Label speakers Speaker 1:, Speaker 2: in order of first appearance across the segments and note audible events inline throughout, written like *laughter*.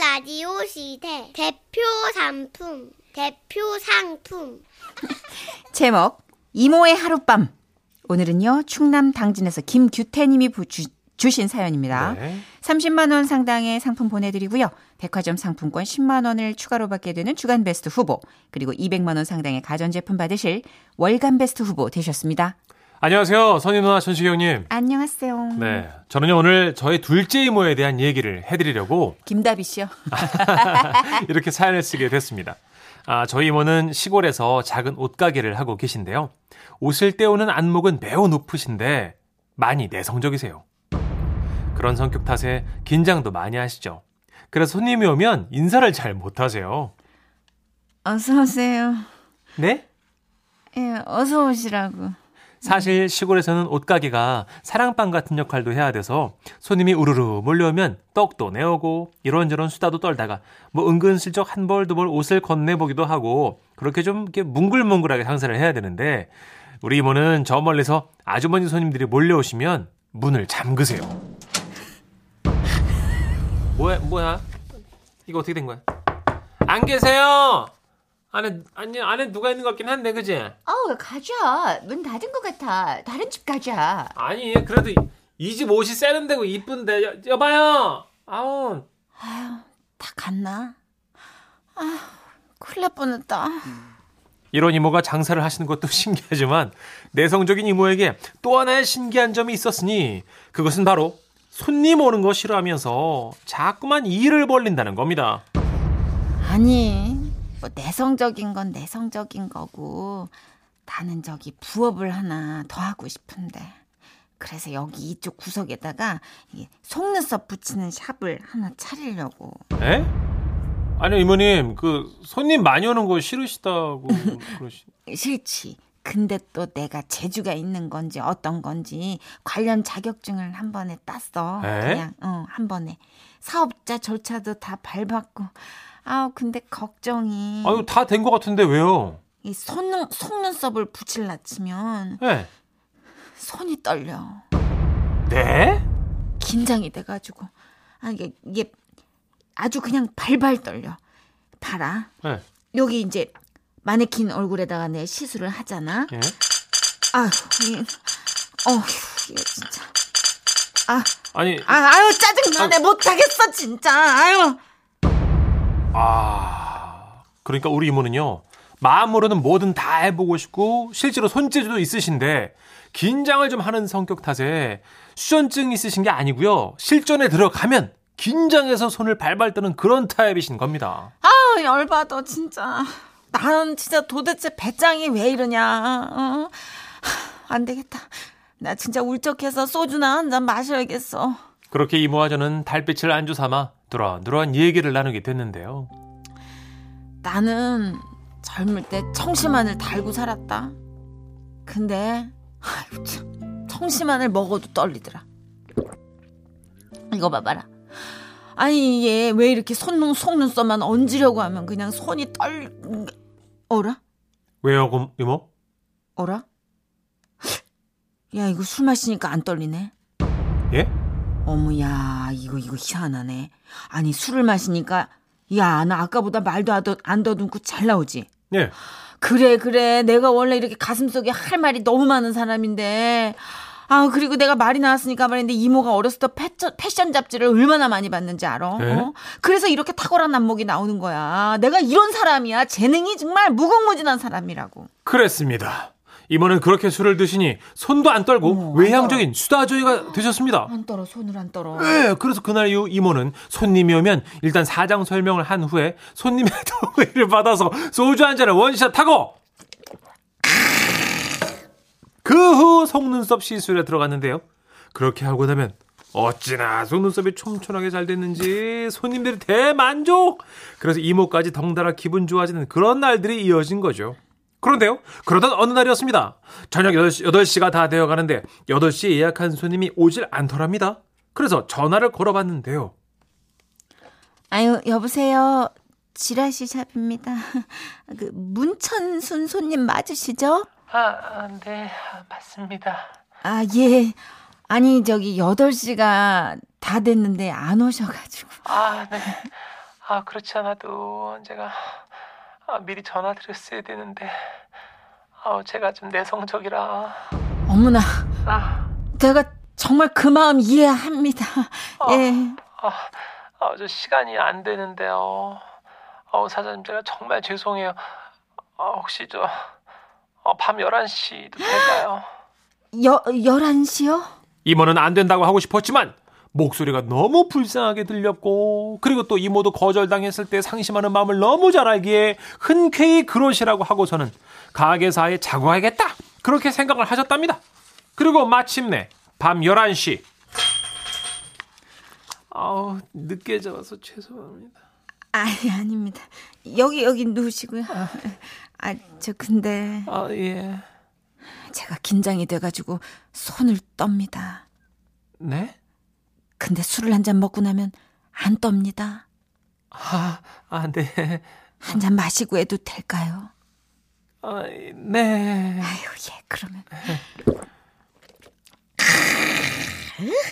Speaker 1: 라디오 시대 대표 상품 대표 상품
Speaker 2: 제목 이모의 하룻밤 오늘은요 충남 당진에서 김규태님이 부- 주, 주신 사연입니다.
Speaker 3: 네.
Speaker 2: 30만 원 상당의 상품 보내드리고요. 백화점 상품권 10만 원을 추가로 받게 되는 주간 베스트 후보 그리고 200만 원 상당의 가전제품 받으실 월간 베스트 후보 되셨습니다.
Speaker 3: 안녕하세요. 선희 누나 천식이 형님.
Speaker 2: 안녕하세요.
Speaker 3: 네. 저는요, 오늘 저의 둘째 이모에 대한 얘기를 *laughs* 해드리려고
Speaker 2: 김다비 씨요.
Speaker 3: 이렇게 사연을 쓰게 됐습니다. 아, 저희 이모는 시골에서 작은 옷가게를 하고 계신데요. 옷을 때우는 안목은 매우 높으신데 많이 내성적이세요. 그런 성격 탓에 긴장도 많이 하시죠. 그래서 손님이 오면 인사를 잘 못하세요.
Speaker 2: *laughs* 어서 오세요.
Speaker 3: 네?
Speaker 2: 예, 어서 오시라고.
Speaker 3: 사실 시골에서는 옷가게가 사랑방 같은 역할도 해야 돼서 손님이 우르르 몰려오면 떡도 내오고 이런저런 수다도 떨다가 뭐 은근슬쩍 한 벌 두 벌 옷을 건네보기도 하고 그렇게 좀 이렇게 뭉글뭉글하게 장사를 해야 되는데 우리 이모는 저 멀리서 아주머니 손님들이 몰려오시면 문을 잠그세요. 뭐야 뭐야 이거 어떻게 된 거야? 안 계세요? 안에 아니 안에 누가 있는 것 같긴 한데 그지?
Speaker 4: 어우 가자 문 닫은 것 같아 다른 집 가자
Speaker 3: 아니 그래도 이 집 옷이 세련되고 이쁜데 여, 여봐요 아우
Speaker 2: 다 갔나? 아, 큰일 날 뻔했다.
Speaker 3: 이런 이모가 장사를 하시는 것도 *laughs* 신기하지만 내성적인 이모에게 또 하나의 신기한 점이 있었으니 그것은 바로 손님 오는 거 싫어하면서 자꾸만 일을 벌린다는 겁니다
Speaker 2: 아니, 뭐 내성적인 건 내성적인 거고 나는 저기 부업을 하나 더 하고 싶은데 그래서 여기 이쪽 구석에다가 이 속눈썹 붙이는 샵을 하나 차리려고
Speaker 3: 에? 아니 이모님 그 손님 많이 오는 거 싫으시다고 그러시
Speaker 2: 싫지. 근데 또 내가 재주가 있는 건지 어떤 건지 관련 자격증을 한 번에 땄어.
Speaker 3: 에?
Speaker 2: 그냥 어, 한 번에 사업자 절차도 다 밟았고. 아우 근데 걱정이
Speaker 3: 아유 다 된 것 같은데 왜요?
Speaker 2: 이 손눈 속눈썹을 붙일라 치면
Speaker 3: 네?
Speaker 2: 손이 떨려.
Speaker 3: 네?
Speaker 2: 긴장이 돼가지고 아 이게, 이게 아주 그냥 발발 떨려. 봐라
Speaker 3: 네.
Speaker 2: 여기 이제 마네킹 얼굴에다가 내 시술을 하잖아.
Speaker 3: 예?
Speaker 2: 아휴, 이, 어휴, 이거 진짜. 아,
Speaker 3: 아니
Speaker 2: 아, 아유, 짜증나네. 못하겠어, 진짜. 아유.
Speaker 3: 아, 그러니까 우리 이모는요. 마음으로는 뭐든 다 해보고 싶고 실제로 손재주도 있으신데 긴장을 좀 하는 성격 탓에 수전증 있으신 게 아니고요. 실전에 들어가면 긴장해서 손을 발발 뜨는 그런 타입이신 겁니다.
Speaker 2: 아유, 열받아, 진짜. 나는 진짜 도대체 배짱이 왜 이러냐. 어? 하, 안 되겠다. 나 진짜 울적해서 소주나 한 잔 마셔야겠어.
Speaker 3: 그렇게 이모와 저는 달빛을 안주 삼아 누런누런 얘기를 나누게 됐는데요.
Speaker 2: 나는 젊을 때 청심환을 달고 살았다. 근데 아유 참 청심환을 먹어도 떨리더라. 이거 봐봐라. 아니 얘 왜 이렇게 손눈 속눈썹만 얹으려고 하면 그냥 손이 떨 어라
Speaker 3: 왜요, 고- 이모?
Speaker 2: 어라? 야 이거 술 마시니까 안 떨리네.
Speaker 3: 예?
Speaker 2: 어머야 이거 이거 희한하네. 아니 술을 마시니까 야 나 아까보다 말도 안 더- 안 더듬고 잘 나오지.
Speaker 3: 예.
Speaker 2: 그래 그래 내가 원래 이렇게 가슴속에 할 말이 너무 많은 사람인데 아 그리고 내가 말이 나왔으니까 말인데 이모가 어렸을 때 패션, 패션 잡지를 얼마나 많이 봤는지 알아?
Speaker 3: 네?
Speaker 2: 어? 그래서 이렇게 탁월한 안목이 나오는 거야 내가 이런 사람이야 재능이 정말 무궁무진한 사람이라고
Speaker 3: 그랬습니다. 이모는 그렇게 술을 드시니 손도 안 떨고 외향적인 수다조이가 되셨습니다.
Speaker 2: 안 떨어 손을 안 떨어
Speaker 3: 예, 그래서 그날 이후 이모는 손님이 오면 일단 사장 설명을 한 후에 손님의 *laughs* 동의를 받아서 소주 한 잔을 원샷 하고 그 후 속눈썹 시술에 들어갔는데요. 그렇게 하고 나면 어찌나 속눈썹이 촘촘하게 잘 됐는지 손님들이 대만족. 그래서 이모까지 덩달아 기분 좋아지는 그런 날들이 이어진 거죠. 그런데요. 그러던 어느 날이었습니다. 저녁 8시, 8시가 다 되어 가는데 8시에 예약한 손님이 오질 않더랍니다. 그래서 전화를 걸어봤는데요.
Speaker 2: 아유 여보세요 지라시 샵입니다 *laughs* 그 문천순 손님 맞으시죠?
Speaker 5: 아, 네, 맞습니다.
Speaker 2: 아, 예. 아니, 저기, 8시가 다 됐는데 안 오셔가지고.
Speaker 5: 아, 네. 아, 그렇지 않아도 제가 아, 미리 전화드렸어야 되는데. 아우, 제가 좀 내성적이라.
Speaker 2: 어머나,
Speaker 5: 아,
Speaker 2: 제가 정말 그 마음 이해합니다. 예.
Speaker 5: 아, 아, 저 시간이 안 되는데요. 어, 사장님 제가 정말 죄송해요. 아, 혹시 저, 어, 밤 11시도 될까요?
Speaker 2: 여, 11시요?
Speaker 3: 이모는 안 된다고 하고 싶었지만 목소리가 너무 불쌍하게 들렸고 그리고 또 이모도 거절당했을 때 상심하는 마음을 너무 잘 알기에 흔쾌히 그러시라고 하고서는 가게사에 자고하겠다 그렇게 생각을 하셨답니다 그리고 마침내 밤 11시 아우 늦게 잡아서 죄송합니다
Speaker 2: 아니, 아닙니다. 여기, 여기 누우시고요. 아, 저 근데
Speaker 5: 아예
Speaker 2: 제가 긴장이 돼가지고 손을 떱니다.
Speaker 5: 네?
Speaker 2: 근데 술을 한 잔 먹고 나면 안 떱니다.
Speaker 5: 아아네
Speaker 2: 한 잔 마시고 해도 될까요?
Speaker 5: 아, 네.
Speaker 2: 아유, 예, 그러면.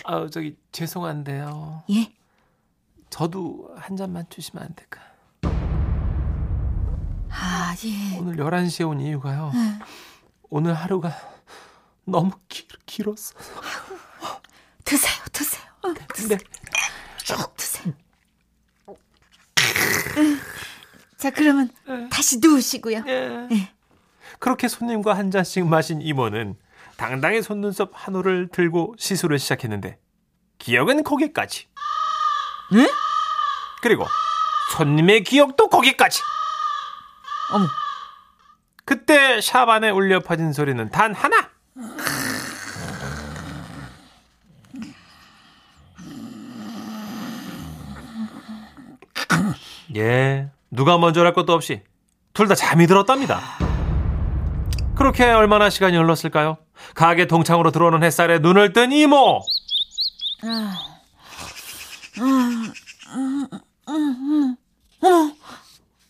Speaker 5: 아 저기 죄송한데요.
Speaker 2: 예?
Speaker 5: 저도 한 잔만 주시면 안 될까?
Speaker 2: 아, 예.
Speaker 5: 오늘 11시에 온 이유가요. 오늘 하루가 너무 길, 길었어.
Speaker 2: 드세요, 드세요. 어,
Speaker 5: 근데
Speaker 2: 쭉 드세요. 자, 그러면 다시 누우시고요.
Speaker 5: 예.
Speaker 3: 그렇게 손님과 한 잔씩 마신 이모는 당당히 속눈썹 한 올을 들고 시술을 시작했는데 기억은 거기까지.
Speaker 2: 네?
Speaker 3: 그리고 손님의 기억도 거기까지.
Speaker 2: 어머.
Speaker 3: 그때 샵 안에 울려 퍼진 소리는
Speaker 2: *laughs*
Speaker 3: 단 하나. 예, 누가 먼저랄 것도 없이 둘 다 잠이 들었답니다. 그렇게 얼마나 시간이 흘렀을까요? 가게 동창으로 들어오는 햇살에 눈을 뜬 이모.
Speaker 2: 어머,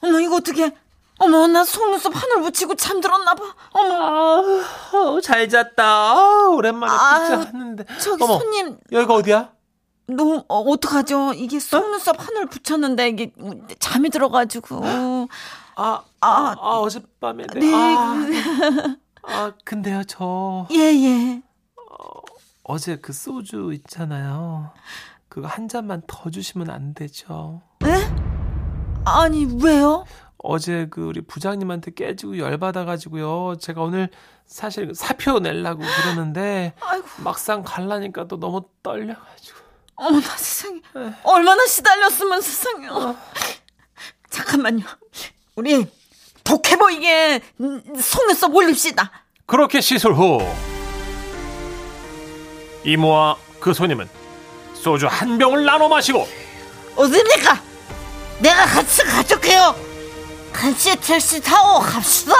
Speaker 2: 어머, 이거 어떻게? 어머, 나 속눈썹 하늘 붙이고 잠들었나 봐. 어머,
Speaker 3: 아우, 잘 잤다. 아우, 오랜만에
Speaker 2: 아유,
Speaker 3: 하는데.
Speaker 2: 저기 손님
Speaker 3: 여기가 어디야?
Speaker 2: 너무 어, 어떡하죠? 이게 속눈썹 하늘 붙였는데 이게 잠이 들어가지고.
Speaker 3: 아,
Speaker 2: 아,
Speaker 3: 아, 어젯밤에. 내-
Speaker 2: 네,
Speaker 3: 아, 아, 근데요, 저
Speaker 2: 예, 예.
Speaker 3: 어제 그 소주 있잖아요. 그거 한 잔만 더 주시면 안 되죠?
Speaker 2: 아니 왜요?
Speaker 3: 어제 그 우리 부장님한테 깨지고 열받아가지고요. 제가 오늘 사실 사표 내려고 그러는데
Speaker 2: 아이고,
Speaker 3: 막상 갈라니까 또 너무 떨려가지고.
Speaker 2: 어머나 세상에. 얼마나 시달렸으면 세상에. 어. 잠깐만요. 우리 독해 보이게 음, 속눈썹 올립시다.
Speaker 3: 그렇게 시술 후 이모와 그 손님은 소주 한 병을 나눠 마시고
Speaker 2: 어딥니까? 내가 같이 가줄게요. 같이 택시 타고 갑시다.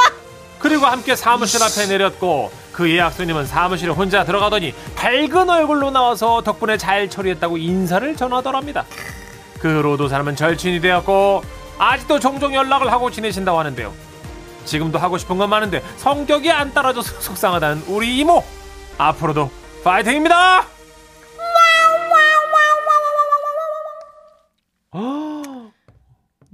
Speaker 3: 그리고 함께 사무실 앞에 내렸고 그 예약 손님은 사무실에 혼자 들어가더니 밝은 얼굴로 나와서 덕분에 잘 처리했다고 인사를 전하더랍니다. 그 로도 사람은 절친이 되었고 아직도 종종 연락을 하고 지내신다고 하는데요. 지금도 하고 싶은 건 많은데 성격이 안 따라줘서 *laughs* 속상하다는 우리 이모. 앞으로도 파이팅입니다. *gasps*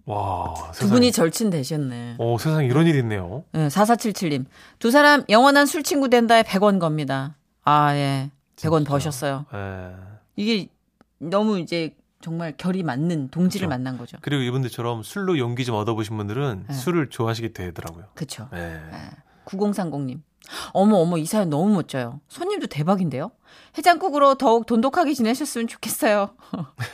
Speaker 3: 와,
Speaker 2: 두 분이 절친 되셨네.
Speaker 3: 어, 세상에 이런 일이 있네요.
Speaker 2: 4477님. 예, 두 사람 영원한 술친구 된다에 100원 겁니다. 아, 예. 100원 버셨어요.
Speaker 3: 예.
Speaker 2: 이게 너무 이제 정말 결이 맞는 동지를
Speaker 3: 그렇죠.
Speaker 2: 만난 거죠.
Speaker 3: 그리고 이분들처럼 술로 용기 좀 얻어보신 분들은
Speaker 2: 네.
Speaker 3: 술을 좋아하시게 되더라고요.
Speaker 2: 그쵸.
Speaker 3: 네.
Speaker 2: 9030님. 어머, 어머, 이 사연 너무 멋져요. 손님도 대박인데요? 해장국으로 더욱 돈독하게 지내셨으면 좋겠어요.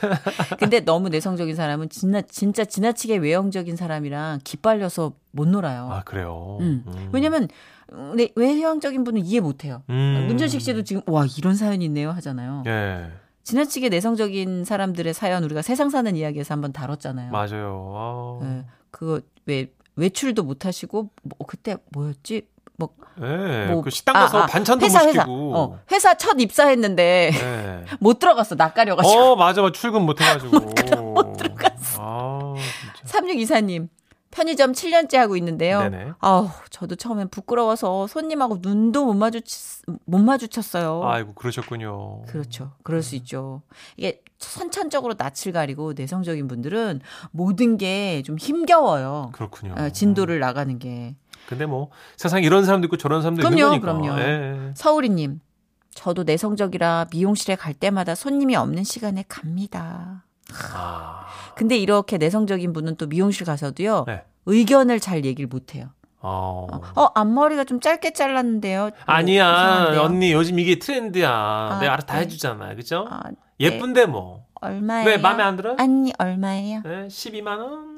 Speaker 2: *laughs* 근데 너무 내성적인 사람은 진나, 진짜 지나치게 외형적인 사람이랑 기빨려서 못 놀아요.
Speaker 3: 아 그래요.
Speaker 2: 음.
Speaker 3: 음.
Speaker 2: 왜냐면, 어, 네, 외형적인 분은 이해 못 해요.
Speaker 3: 음.
Speaker 2: 문전식 씨도 지금, 와, 이런 사연이 있네요 하잖아요.
Speaker 3: 예
Speaker 2: 지나치게 내성적인 사람들의 사연 우리가 세상 사는 이야기에서 한번 다뤘잖아요.
Speaker 3: 맞아요. 아.
Speaker 2: 예, 그거 왜, 외출도 못 하시고, 뭐, 그때 뭐였지? 뭐,
Speaker 3: 예.
Speaker 2: 뭐,
Speaker 3: 그 식당
Speaker 2: 아,
Speaker 3: 가서
Speaker 2: 아,
Speaker 3: 반찬도
Speaker 2: 회사,
Speaker 3: 못
Speaker 2: 회사.
Speaker 3: 시키고.
Speaker 2: 어, 회사 첫 입사했는데 *laughs*
Speaker 3: 예.
Speaker 2: 못 들어갔어. 낯가려가지고.
Speaker 3: 어 맞아 맞아 출근 못 해가지고.
Speaker 2: 못 들어- 못 들어갔어.
Speaker 3: 아 진짜.
Speaker 2: 3624님. 편의점 7년째 하고 있는데요.
Speaker 3: 네네.
Speaker 2: 아우, 저도 처음엔 부끄러워서 손님하고 눈도 못 마주치, 못 마주쳤어요.
Speaker 3: 아이고 그러셨군요.
Speaker 2: 그렇죠. 그럴
Speaker 3: 네.
Speaker 2: 수 있죠. 이게 선천적으로 낯을 가리고 내성적인 분들은 모든 게 좀 힘겨워요.
Speaker 3: 그렇군요.
Speaker 2: 어, 진도를 나가는 게.
Speaker 3: 근데 뭐 세상에 이런 사람도 있고 저런 사람도
Speaker 2: 그럼요,
Speaker 3: 있는 거니까.
Speaker 2: 그럼요.
Speaker 3: 예, 예.
Speaker 2: 서울이님, 저도 내성적이라 미용실에 갈 때마다 손님이 없는 시간에 갑니다.
Speaker 3: 아,
Speaker 2: 근데 이렇게 내성적인 분은 또 미용실 가서도요,
Speaker 3: 네.
Speaker 2: 의견을 잘 얘기를 못 해요.
Speaker 3: 어.
Speaker 2: 어, 앞머리가 좀 짧게 잘랐는데요. 뭐
Speaker 3: 아니야
Speaker 2: 이상한데요? 네.
Speaker 3: 언니 요즘 이게 트렌드야. 내가 알아서 다 해주잖아, 그죠?
Speaker 2: 아,
Speaker 3: 예쁜데 뭐.
Speaker 2: 얼마예요?
Speaker 3: 왜 마음에 안 들어?
Speaker 2: 아니, 얼마예요?
Speaker 3: 네, 12만 원.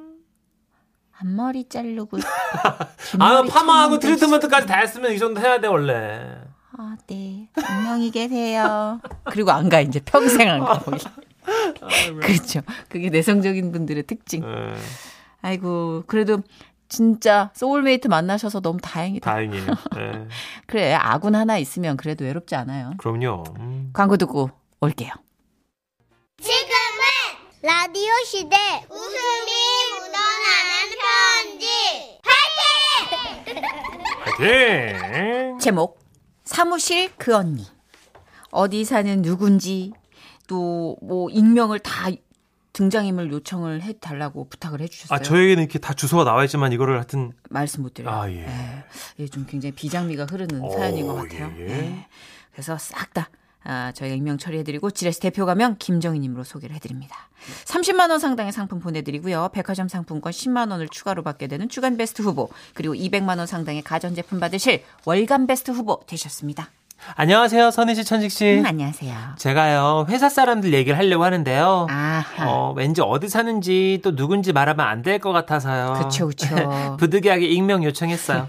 Speaker 2: 앞머리 자르고.
Speaker 3: *laughs* 아
Speaker 2: 뒷머리
Speaker 3: 파마하고
Speaker 2: 쳤는데
Speaker 3: 트리트먼트까지 다 했으면 이 정도 해야 돼 원래.
Speaker 2: 아, 네. 안녕히 계세요. *laughs* 그리고 안 가, 이제 평생 안 가. *laughs* 거기. 그렇죠. 그게 내성적인 분들의 특징.
Speaker 3: 예,
Speaker 2: 아이고, 그래도 진짜 소울메이트 만나셔서 너무 다행이다.
Speaker 3: 다행이에요. 예.
Speaker 2: 그래, 아군 하나 있으면 그래도 외롭지 않아요.
Speaker 3: 그럼요. 음.
Speaker 2: 광고 듣고 올게요.
Speaker 1: 지금은 라디오 시대 웃음이 묻어나는 편지
Speaker 3: 파이팅!
Speaker 2: 제목 사무실 그 언니 어디 사는 누군지 또 뭐 익명을 다 등장인물 요청을 해달라고 부탁을 해주셨어요.
Speaker 3: 아 저에게는 이렇게 다 주소가 나와 있지만 이거를 하여튼
Speaker 2: 말씀 못 드려요.
Speaker 3: 아, 예.
Speaker 2: 이게 좀 굉장히 비장미가 흐르는
Speaker 3: 오,
Speaker 2: 사연인 것 같아요.
Speaker 3: 예, 예.
Speaker 2: 네. 그래서 싹 다 아, 저희가 익명 처리해드리고 지라시 대표 가명 김정희님으로 소개를 해드립니다. 30만 원 상당의 상품 보내드리고요. 백화점 상품권 10만 원을 추가로 받게 되는 주간 베스트 후보 그리고 200만 원 상당의 가전제품 받으실 월간 베스트 후보 되셨습니다.
Speaker 3: 안녕하세요, 선희 씨, 천식 씨.
Speaker 2: 음, 안녕하세요.
Speaker 3: 제가요 회사 사람들 얘기를 하려고 하는데요.
Speaker 2: 아하. 네.
Speaker 3: 어, 왠지 어디 사는지 또 누군지 말하면 안 될 것 같아서요.
Speaker 2: 그쵸, 그쵸.
Speaker 3: *laughs* 부득이하게 익명
Speaker 2: *laughs*
Speaker 3: 요청했어요.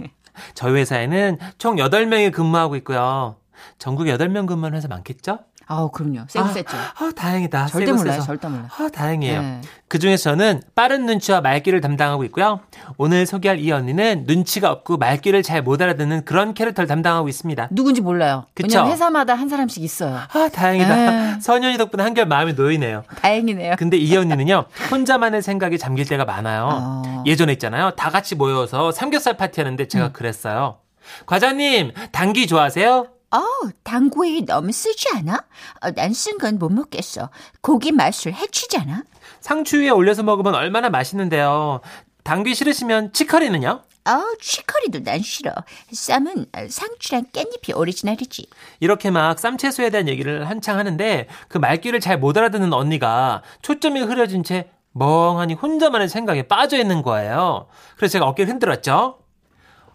Speaker 3: 저희 회사에는 총 8명이 근무하고 있고요. 전국에 8명 근무하는 회사 많겠죠?
Speaker 2: 아우, 그럼요. 세고
Speaker 3: 아,
Speaker 2: 셌죠.
Speaker 3: 아, 다행이다.
Speaker 2: 절대
Speaker 3: 세고
Speaker 2: 몰라요,
Speaker 3: 세서.
Speaker 2: 절대 몰라요.
Speaker 3: 아, 다행이에요.
Speaker 2: 네.
Speaker 3: 그 중에서 저는 빠른 눈치와 말귀를 담당하고 있고요. 오늘 소개할 이 언니는 눈치가 없고 말귀를 잘 못 알아듣는 그런 캐릭터를 담당하고 있습니다.
Speaker 2: 누군지 몰라요.
Speaker 3: 그쵸.
Speaker 2: 왜냐면 회사마다 한 사람씩 있어요.
Speaker 3: 아, 다행이다.
Speaker 2: 네.
Speaker 3: *laughs* 선현이 덕분에 한결 마음이 놓이네요.
Speaker 2: 다행이네요.
Speaker 3: 근데 이 언니는요 혼자만의 생각이 잠길 때가 많아요.
Speaker 2: 어.
Speaker 3: 예전에 있잖아요 다 같이 모여서 삼겹살 파티하는데
Speaker 2: 음.
Speaker 3: 제가 그랬어요. 과장님 당기 좋아하세요?
Speaker 2: 어우, 당구이 너무 쓰지 않아? 어, 난 쓴 건 못 먹겠어. 고기 맛을 해치잖아.
Speaker 3: 상추 위에 올려서 먹으면 얼마나 맛있는데요. 당귀 싫으시면 치커리는요?
Speaker 2: 어우, 치커리도 난 싫어. 쌈은 어, 상추랑 깻잎이 오리지널이지.
Speaker 3: 이렇게 막 쌈채소에 대한 얘기를 한창 하는데 그 말귀를 잘 못 알아듣는 언니가 초점이 흐려진 채 멍하니 혼자만의 생각에 빠져 있는 거예요. 그래서 제가 어깨를 흔들었죠.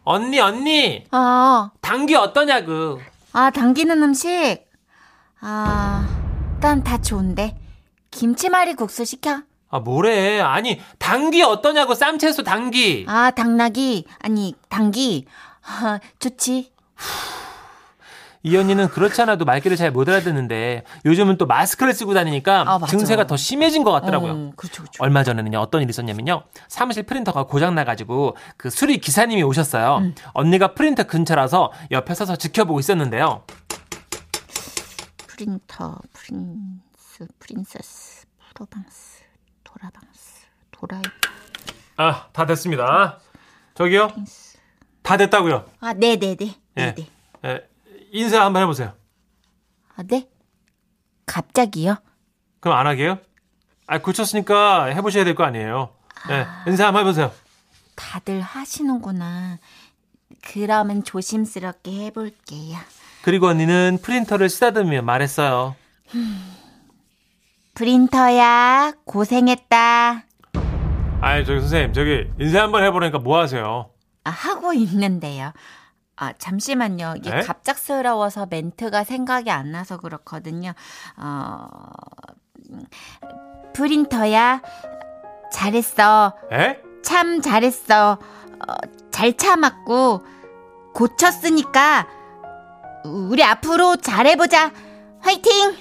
Speaker 3: 언니 언니
Speaker 2: 아,
Speaker 3: 당귀 어떠냐고.
Speaker 2: 아, 당기는 음식. 아, 난 다 좋은데. 김치말이 국수 시켜.
Speaker 3: 아 뭐래 아니 당귀 어떠냐고 쌈채소 당귀
Speaker 2: 아, 당나귀. 아니, 당기. 아, 좋지.
Speaker 3: 이 언니는 그렇지 않아도 말귀를 잘 못 알아듣는데 요즘은 또 마스크를 쓰고 다니니까
Speaker 2: 아, 맞아.
Speaker 3: 증세가 더 심해진 것 같더라고요
Speaker 2: 어, 그렇죠, 그렇죠.
Speaker 3: 얼마 전에는요 어떤 일이 있었냐면요 사무실 프린터가 고장 나가지고 그 수리 기사님이 오셨어요
Speaker 2: 음.
Speaker 3: 언니가 프린터 근처라서 옆에 서서 지켜보고 있었는데요
Speaker 2: 프린터, 프린스, 프린세스, 프로방스, 도라방스, 도라이.
Speaker 3: 아 다 됐습니다 저기요 다 됐다고요
Speaker 2: 아, 네네네.
Speaker 3: 예.
Speaker 2: 네네.
Speaker 3: 예, 인사 한번 해보세요
Speaker 2: 아, 네? 갑자기요?
Speaker 3: 그럼 안 하게요 아 고쳤으니까 해보셔야 될 거 아니에요 예, 인사 한번 해보세요
Speaker 2: 다들 하시는구나. 그러면 조심스럽게 해볼게요.
Speaker 3: 그리고 언니는 프린터를 쓰다듬으며 말했어요.
Speaker 2: 프린터야, 고생했다.
Speaker 3: 아이 저기 선생님 저기 인사 한번 해보라니까 뭐 하세요?
Speaker 2: 아, 하고 있는데요. 아, 잠시만요. 이게
Speaker 3: 네?
Speaker 2: 갑작스러워서 멘트가 생각이 안 나서 그렇거든요. 어, 음, 프린터야, 잘했어.
Speaker 3: 에?
Speaker 2: 참 잘했어. 어, 잘 참았고 고쳤으니까 우리 앞으로 잘해보자. 화이팅!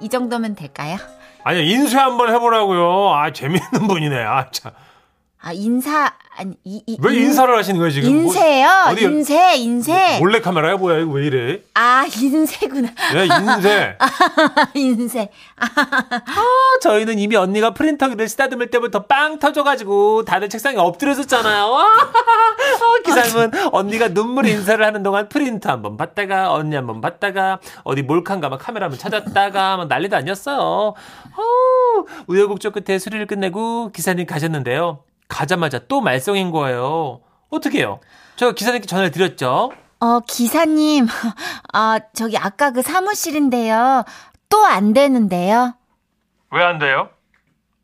Speaker 2: 이 정도면 될까요?
Speaker 3: 아니 인쇄 한번 해보라고요. 아 재밌는 분이네. 아 참.
Speaker 4: 아 인사 아니 이, 이-
Speaker 3: 왜
Speaker 4: 인-
Speaker 3: 인사를 하시는 거예요 지금? 뭐-
Speaker 4: 인쇄요?
Speaker 3: 어디-
Speaker 4: 인쇄 인쇄.
Speaker 3: 몰래 카메라야 뭐야 이거 왜 이래?
Speaker 4: 아 *laughs* 인쇄구나.
Speaker 3: 야 인쇄.
Speaker 4: 인쇄.
Speaker 3: 저희는 이미 언니가 프린터기를 쓰다듬을 때부터 빵 터져가지고 다들 책상에 엎드려졌잖아요. *laughs* 기상은 언니가 눈물 인사를 하는 동안 프린터 한번 봤다가 언니 한번 봤다가 어디 몰칸가 막 카메라 한번 찾았다가 막 난리도 아니었어요. 어, 우여곡절 끝에 수리를 끝내고 기사님 가셨는데요. 가자마자 또 말썽인 거예요. 어떻게 해요? 저 기사님께 전화를 드렸죠.
Speaker 4: 어 기사님. *laughs* 아 저기 아까 그 사무실인데요. 또 안 되는데요.
Speaker 6: 왜 안 돼요?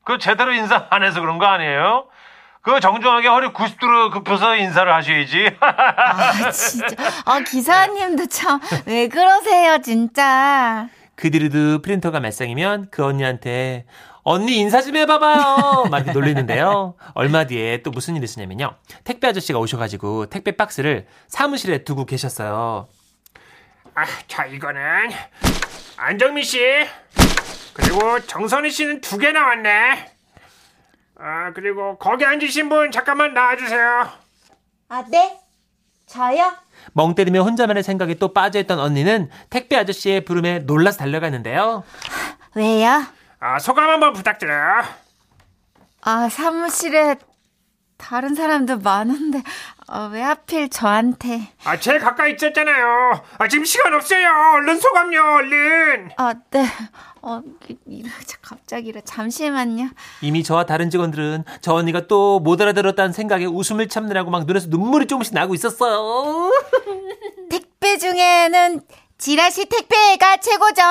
Speaker 6: 그 제대로 인사 안 해서 그런 거 아니에요? 그 정중하게 허리 90도로 굽혀서 인사를 하셔야지. *laughs*
Speaker 4: 아 *laughs* 진짜. 아 기사님도 참 왜 그러세요 진짜.
Speaker 3: 그들이도 프린터가 말썽이면 그 언니한테 언니 인사 좀 해봐봐요 막 이렇게 놀리는데요 얼마 뒤에 또 무슨 일이 있었냐면요 택배 아저씨가 오셔가지고 택배 박스를 사무실에 두고 계셨어요
Speaker 6: 아, 자 이거는 안정민 씨 그리고 정선희 씨는 두 개 나왔네. 아 그리고 거기 앉으신 분 잠깐만 나와주세요.
Speaker 4: 아 네? 저요?
Speaker 3: 멍 때리며 혼자만의 생각에 또 빠져있던 언니는 택배 아저씨의 부름에 놀라서 달려갔는데요
Speaker 4: 왜요?
Speaker 6: 아 소감 한번 부탁드려요.
Speaker 4: 아, 사무실에 다른 사람들 많은데 아, 왜 하필 저한테?
Speaker 6: 아 제일 가까이 있었잖아요. 아 지금 시간 없어요. 얼른 소감요 얼른.
Speaker 4: 아, 네. 어, 이- 이래 갑자기 이래 잠시만요.
Speaker 3: 이미 저와 다른 직원들은 저 언니가 또 못 알아들었다는 생각에 웃음을 참느라고 막 눈에서 눈물이 조금씩 나고 있었어요
Speaker 4: 택배 중에는 지라시 택배가 최고죠.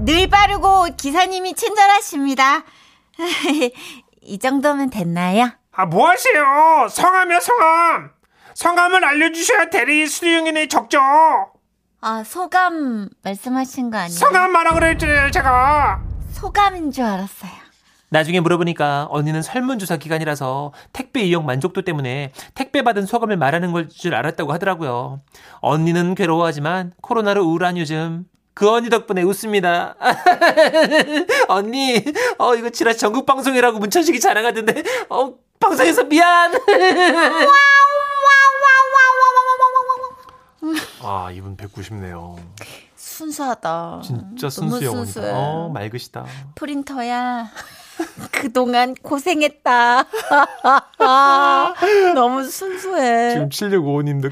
Speaker 4: 늘 바르고 기사님이 친절하십니다. *laughs* 이 정도면 됐나요?
Speaker 6: 아, 뭐 하세요? 성함이요, 성함! 성함을 알려주셔야 대리 수리용인이 적죠!
Speaker 4: 아, 소감 말씀하신 거 아니에요?
Speaker 6: 성함 말하고 그랬죠, 제가!
Speaker 4: 소감인 줄 알았어요.
Speaker 3: 나중에 물어보니까 언니는 설문조사 기간이라서 택배 이용 만족도 때문에 택배 받은 소감을 말하는 걸 줄 알았다고 하더라고요. 언니는 괴로워하지만 코로나로 우울한 요즘 그 언니 덕분에 웃습니다. *laughs* 언니, 어 이거 지라 전국 방송이라고 문천식이 자랑하던데, 어 방송에서 미안. 아 이분 뵙고 싶네요.
Speaker 4: 순수하다.
Speaker 3: 진짜
Speaker 4: 너무
Speaker 3: 순수 영혼이다.
Speaker 4: 순수해.
Speaker 3: 어 맑으시다.
Speaker 2: *laughs*
Speaker 4: 프린터야. 그동안 고생했다. 너무 순수해.
Speaker 3: 7655님도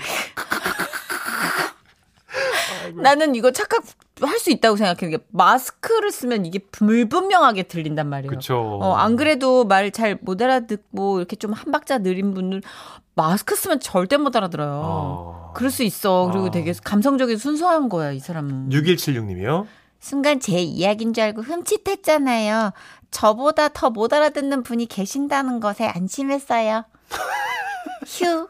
Speaker 2: 나는 이거 착각할 수 있다고 생각해. 이게 마스크를 쓰면 이게 불분명하게 들린단 말이에요.
Speaker 3: 그쵸.
Speaker 2: 어, 안 그래도 말 잘 못 알아듣고 이렇게 좀 한 박자 느린 분들 마스크 쓰면 절대 못 알아들어요.
Speaker 3: 어.
Speaker 2: 그럴 수 있어. 그리고
Speaker 3: 아.
Speaker 2: 되게 감성적인 순수한 거야, 이 사람은.
Speaker 3: 6176님이요.
Speaker 4: 순간 제 이야기인 줄 알고 흠칫했잖아요. 저보다 더 못 알아듣는 분이 계신다는 것에 안심했어요. *laughs* 휴.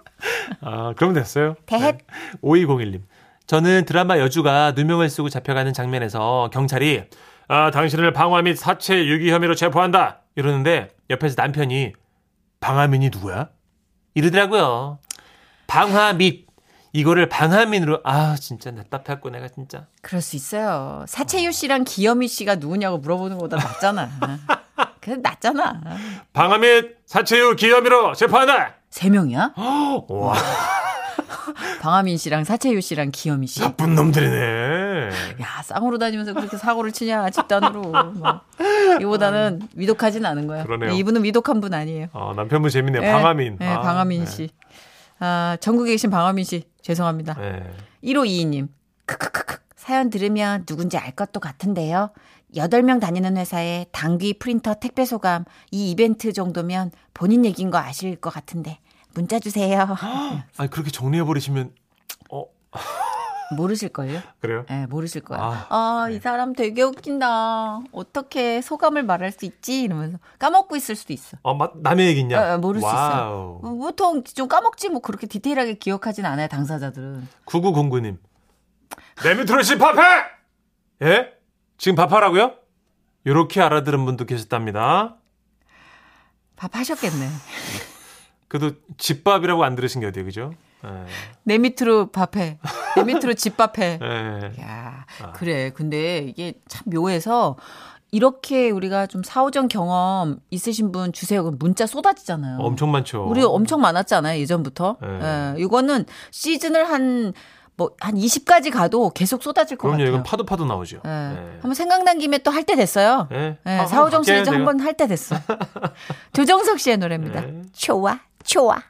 Speaker 3: 아, 그럼 됐어요.
Speaker 4: 대헷.
Speaker 3: 5201님. 저는 드라마 여주가 누명을 쓰고 잡혀가는 장면에서 경찰이 아, 당신을 방화 및 사체 유기 혐의로 체포한다. 이러는데 옆에서 남편이 방화민이 누구야? 이러더라고요. 방화 및 이거를 방화민으로 아, 진짜 답답했고 내가 진짜.
Speaker 2: 그럴 수 있어요. 사채유 씨랑 기여미 씨가 누구냐고 물어보는 거보다 *laughs* 낫잖아. 그래, 낫잖아.
Speaker 3: 방화 및 사체 유기 혐의로 체포한다.
Speaker 2: 세 *gasps* 명이야?
Speaker 3: 와,
Speaker 2: *laughs* 방아민 씨랑 사채유 씨랑 기여미 씨.
Speaker 3: 나쁜 놈들이네.
Speaker 2: 야, 쌍으로 다니면서 그렇게 사고를 치냐, 집단으로. 뭐. 이보다는 위독하진 않은 거야.
Speaker 3: 그러네요.
Speaker 2: 이분은 위독한 분 아니에요.
Speaker 3: 아, 남편분 재밌네요.
Speaker 2: 네,
Speaker 3: 방화민.
Speaker 2: 네,
Speaker 3: 아,
Speaker 2: 방아민
Speaker 3: 네.
Speaker 2: 씨. 아, 전국에 계신 방아민 씨, 죄송합니다.
Speaker 3: 네.
Speaker 2: 1522님. 크크크크. 사연 들으면 누군지 알 것도 같은데요. 8명 다니는 회사에 당귀 프린터 택배 소감 이 이벤트 정도면 본인 얘기인 거 아실 것 같은데 문자 주세요. *laughs*
Speaker 3: 아니 그렇게 정리해 버리시면 어
Speaker 2: 모르실걸요?
Speaker 3: 그래요?
Speaker 2: 예, 모르실 거야.
Speaker 3: 아,
Speaker 2: 아, 이 사람 되게 웃긴다. 어떻게 소감을 말할 수 있지? 이러면서 까먹고 있을 수도 있어.
Speaker 3: 어, 마, 남의 얘기냐?
Speaker 2: 어, 어, 모를 수
Speaker 3: 와우.
Speaker 2: 뭐, 보통 좀 까먹지 뭐 그렇게 디테일하게 기억하진 않아요, 당사자들은.
Speaker 3: 9909님. 내 밑으로 씨 밥해! 예? 지금 밥하라고요? 요렇게 알아들은 분도 계셨답니다.
Speaker 2: 밥 하셨겠네.
Speaker 3: 그래도 집밥이라고 안 들으신 게 어디예요, 그죠? 예.
Speaker 2: 내 밑으로 밥해. 내 밑으로 집밥해.
Speaker 3: 예.
Speaker 2: 야, 그래. 근데 이게 참 묘해서 이렇게 우리가 좀 사오정 경험 있으신 분 주세요. 그럼 문자 쏟아지잖아요.
Speaker 3: 엄청 많죠.
Speaker 2: 우리 엄청 많았지 않아요? 예전부터.
Speaker 3: 네.
Speaker 2: 예, 이거는 시즌을 한 뭐, 한 20까지 가도 계속 쏟아질 것
Speaker 3: 그럼요.
Speaker 2: 같아요.
Speaker 3: 이건 파도 파도 나오죠.
Speaker 2: 예.
Speaker 3: 네.
Speaker 2: 한번 생각난 김에 또 할 때 됐어요.
Speaker 3: 네.
Speaker 2: 예,
Speaker 3: 아,
Speaker 2: 사오정
Speaker 3: 바뀌어요,
Speaker 2: 시즌
Speaker 3: *laughs* 내가.
Speaker 2: 한번 할 때 됐어. 조정석 씨의 노래입니다.
Speaker 3: 네.
Speaker 2: 좋아, 좋아.